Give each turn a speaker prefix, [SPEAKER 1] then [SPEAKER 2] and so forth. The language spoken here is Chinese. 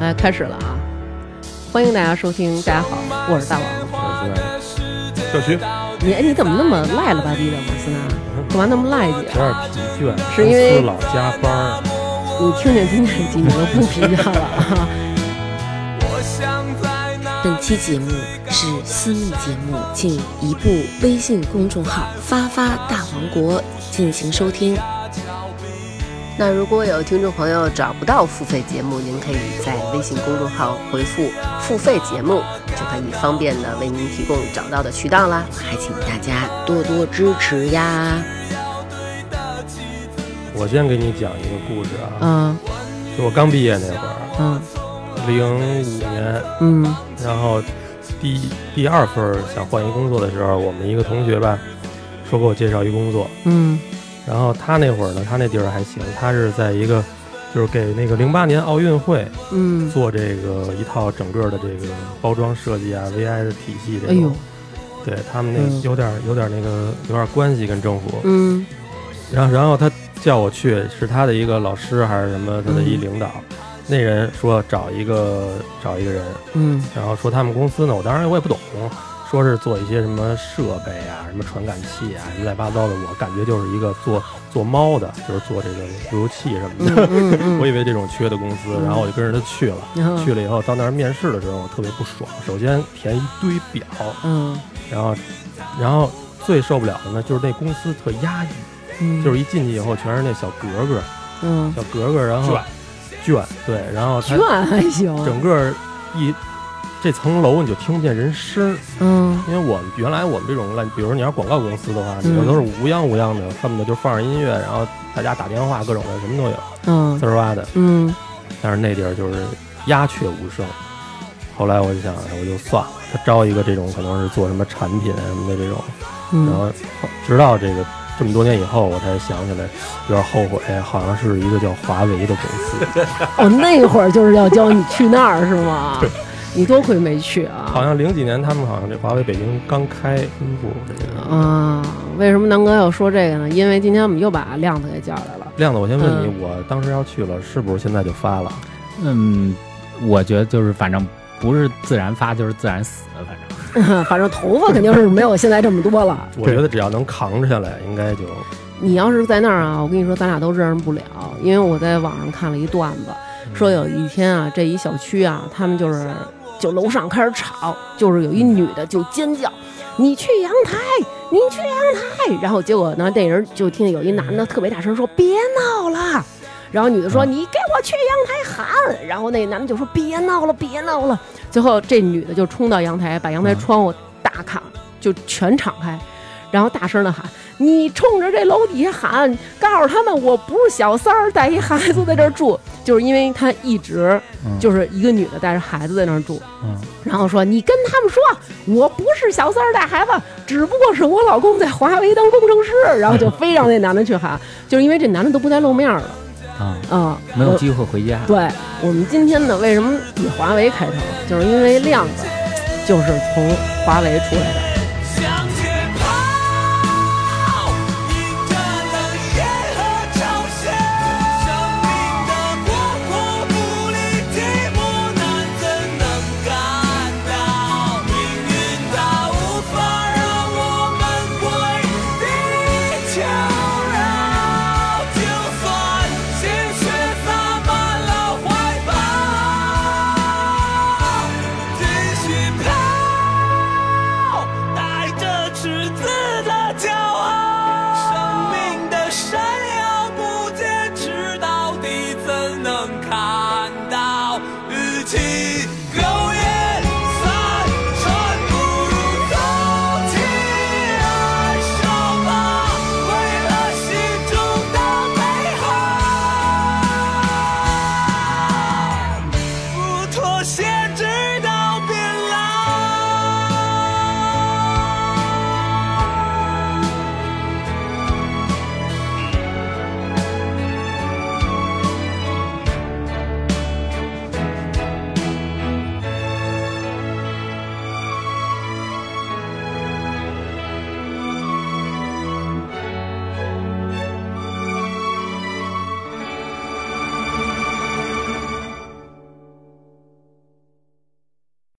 [SPEAKER 1] 来开始了啊！欢迎大家收听，大家好，我是大王。
[SPEAKER 2] 小徐
[SPEAKER 1] 你哎，你怎么那么赖了吧唧的，马斯纳？干嘛那么赖唧
[SPEAKER 2] 有
[SPEAKER 1] 啊？
[SPEAKER 2] 点疲倦，
[SPEAKER 1] 是因为
[SPEAKER 2] 公司老加班儿，
[SPEAKER 1] 你听见今天这集，你就不疲倦了 啊？
[SPEAKER 3] 本期节目是私密节目，请移步微信公众号“发发大王国”进行收听。
[SPEAKER 4] 那如果有听众朋友找不到付费节目，您可以在微信公众号回复“付费节目”，就可以方便的为您提供找到的渠道啦。
[SPEAKER 3] 还请大家多多支持呀！
[SPEAKER 2] 我先给你讲一个故事啊，
[SPEAKER 1] 嗯
[SPEAKER 2] 就我刚毕业那会儿，
[SPEAKER 1] 嗯
[SPEAKER 2] 零五年，
[SPEAKER 1] 嗯
[SPEAKER 2] 然后第第二份儿想换一工作的时候，我们一个同学吧，说给我介绍一工作，
[SPEAKER 1] 嗯
[SPEAKER 2] 然后他那会儿呢，他那地儿还行，他是在一个就是给那个零八年奥运会
[SPEAKER 1] 嗯，
[SPEAKER 2] 做这个一套整个的这个包装设计啊、VI 的体系这
[SPEAKER 1] 哎呦
[SPEAKER 2] 种，，对他们那个
[SPEAKER 1] 嗯
[SPEAKER 2] 有点有点那个有点关系跟政府，
[SPEAKER 1] 嗯
[SPEAKER 2] 然后然后他叫我去，是他的一个老师还是什么，他的一
[SPEAKER 1] 嗯
[SPEAKER 2] 领导。那人说找一个找一个人，
[SPEAKER 1] 嗯
[SPEAKER 2] 然后说他们公司呢，我当然我也不懂，说是做一些什么设备啊、什么传感器啊、乱七八糟的，我感觉就是一个做做猫的，就是做这个路由器什么
[SPEAKER 1] 嗯
[SPEAKER 2] 的。
[SPEAKER 1] 嗯嗯，
[SPEAKER 2] 我以为这种缺的公司，
[SPEAKER 1] 嗯
[SPEAKER 2] 然后我就跟着他去了。
[SPEAKER 1] 然后
[SPEAKER 2] 去了以后，到那儿面试的时候，我特别不爽。首先填一堆表，
[SPEAKER 1] 嗯
[SPEAKER 2] 然后，然后最受不了的呢，就是那公司特压抑，
[SPEAKER 1] 嗯
[SPEAKER 2] 就是一进去以后全是那小格格，
[SPEAKER 1] 嗯
[SPEAKER 2] 小格格，然后卷，对，然后它
[SPEAKER 1] 卷还行，
[SPEAKER 2] 整个一这层楼你就听不见人声儿，
[SPEAKER 1] 嗯
[SPEAKER 2] 因为我们原来我们这种烂，比如你要是广告公司的话，
[SPEAKER 1] 嗯
[SPEAKER 2] 你们都是无央无央的，恨不得就放着音乐，然后大家打电话，各种的什么都有，
[SPEAKER 1] 嗯
[SPEAKER 2] 滋儿哇的。
[SPEAKER 1] 嗯
[SPEAKER 2] 但是那地儿就是鸦雀无声。后来我就想，哎我就算了，他招一个这种可能是做什么产品啊什么的这种，然
[SPEAKER 1] 嗯
[SPEAKER 2] 后直到这个这么多年以后，我才想起来，有点后悔，好像是一个叫华为的公司，
[SPEAKER 1] 哦，那会儿就是要教你去那儿是吗？你多亏没去啊。
[SPEAKER 2] 好像零几年他们好像这华为北京刚开分部这个。
[SPEAKER 1] 啊，为什么南哥要说这个呢？因为今天我们又把亮子给叫来了。
[SPEAKER 2] 亮子，我先问你，
[SPEAKER 1] 嗯
[SPEAKER 2] 我当时要去了，是不是现在就发了？
[SPEAKER 5] 嗯，我觉得就是反正不是自然发就是自然死的，反正
[SPEAKER 1] 反正头发肯定是没有现在这么多了。
[SPEAKER 2] 我觉得只要能扛着下来，应该就
[SPEAKER 1] 你要是在那儿啊，我跟你说，咱俩都认识不了，因为我在网上看了一段子，说有一天啊，这一小区啊，他们就是就楼上开始吵，就是有一女的就尖叫：“你去阳台，你去阳台！”然后结果呢，那人就听见有一男的特别大声说：“别闹了！”然后女的说：“
[SPEAKER 5] 啊
[SPEAKER 1] 你给我去阳台喊！”然后那男的就说：“别闹了，别闹了！”最后这女的就冲到阳台，把阳台
[SPEAKER 5] 啊
[SPEAKER 1] 窗户大敞，就全敞开，然后大声的喊：“你冲着这楼底下喊，告诉他们我不是小三儿，带一孩子在这儿住，就是因为他一直
[SPEAKER 5] 嗯
[SPEAKER 1] 就是一个女的带着孩子在那儿住，
[SPEAKER 5] 嗯
[SPEAKER 1] 然后说你跟他们说我不是小三儿带孩子，只不过是我老公在华为当工程师，然后就非让那男的去喊，就是因为这男的都不带露面儿的
[SPEAKER 5] 啊、
[SPEAKER 1] 啊，
[SPEAKER 5] 没有
[SPEAKER 1] 我
[SPEAKER 5] 机会回家。
[SPEAKER 1] 对我们今天呢，为什么以华为开头，就是因为亮子就是从华为出来的。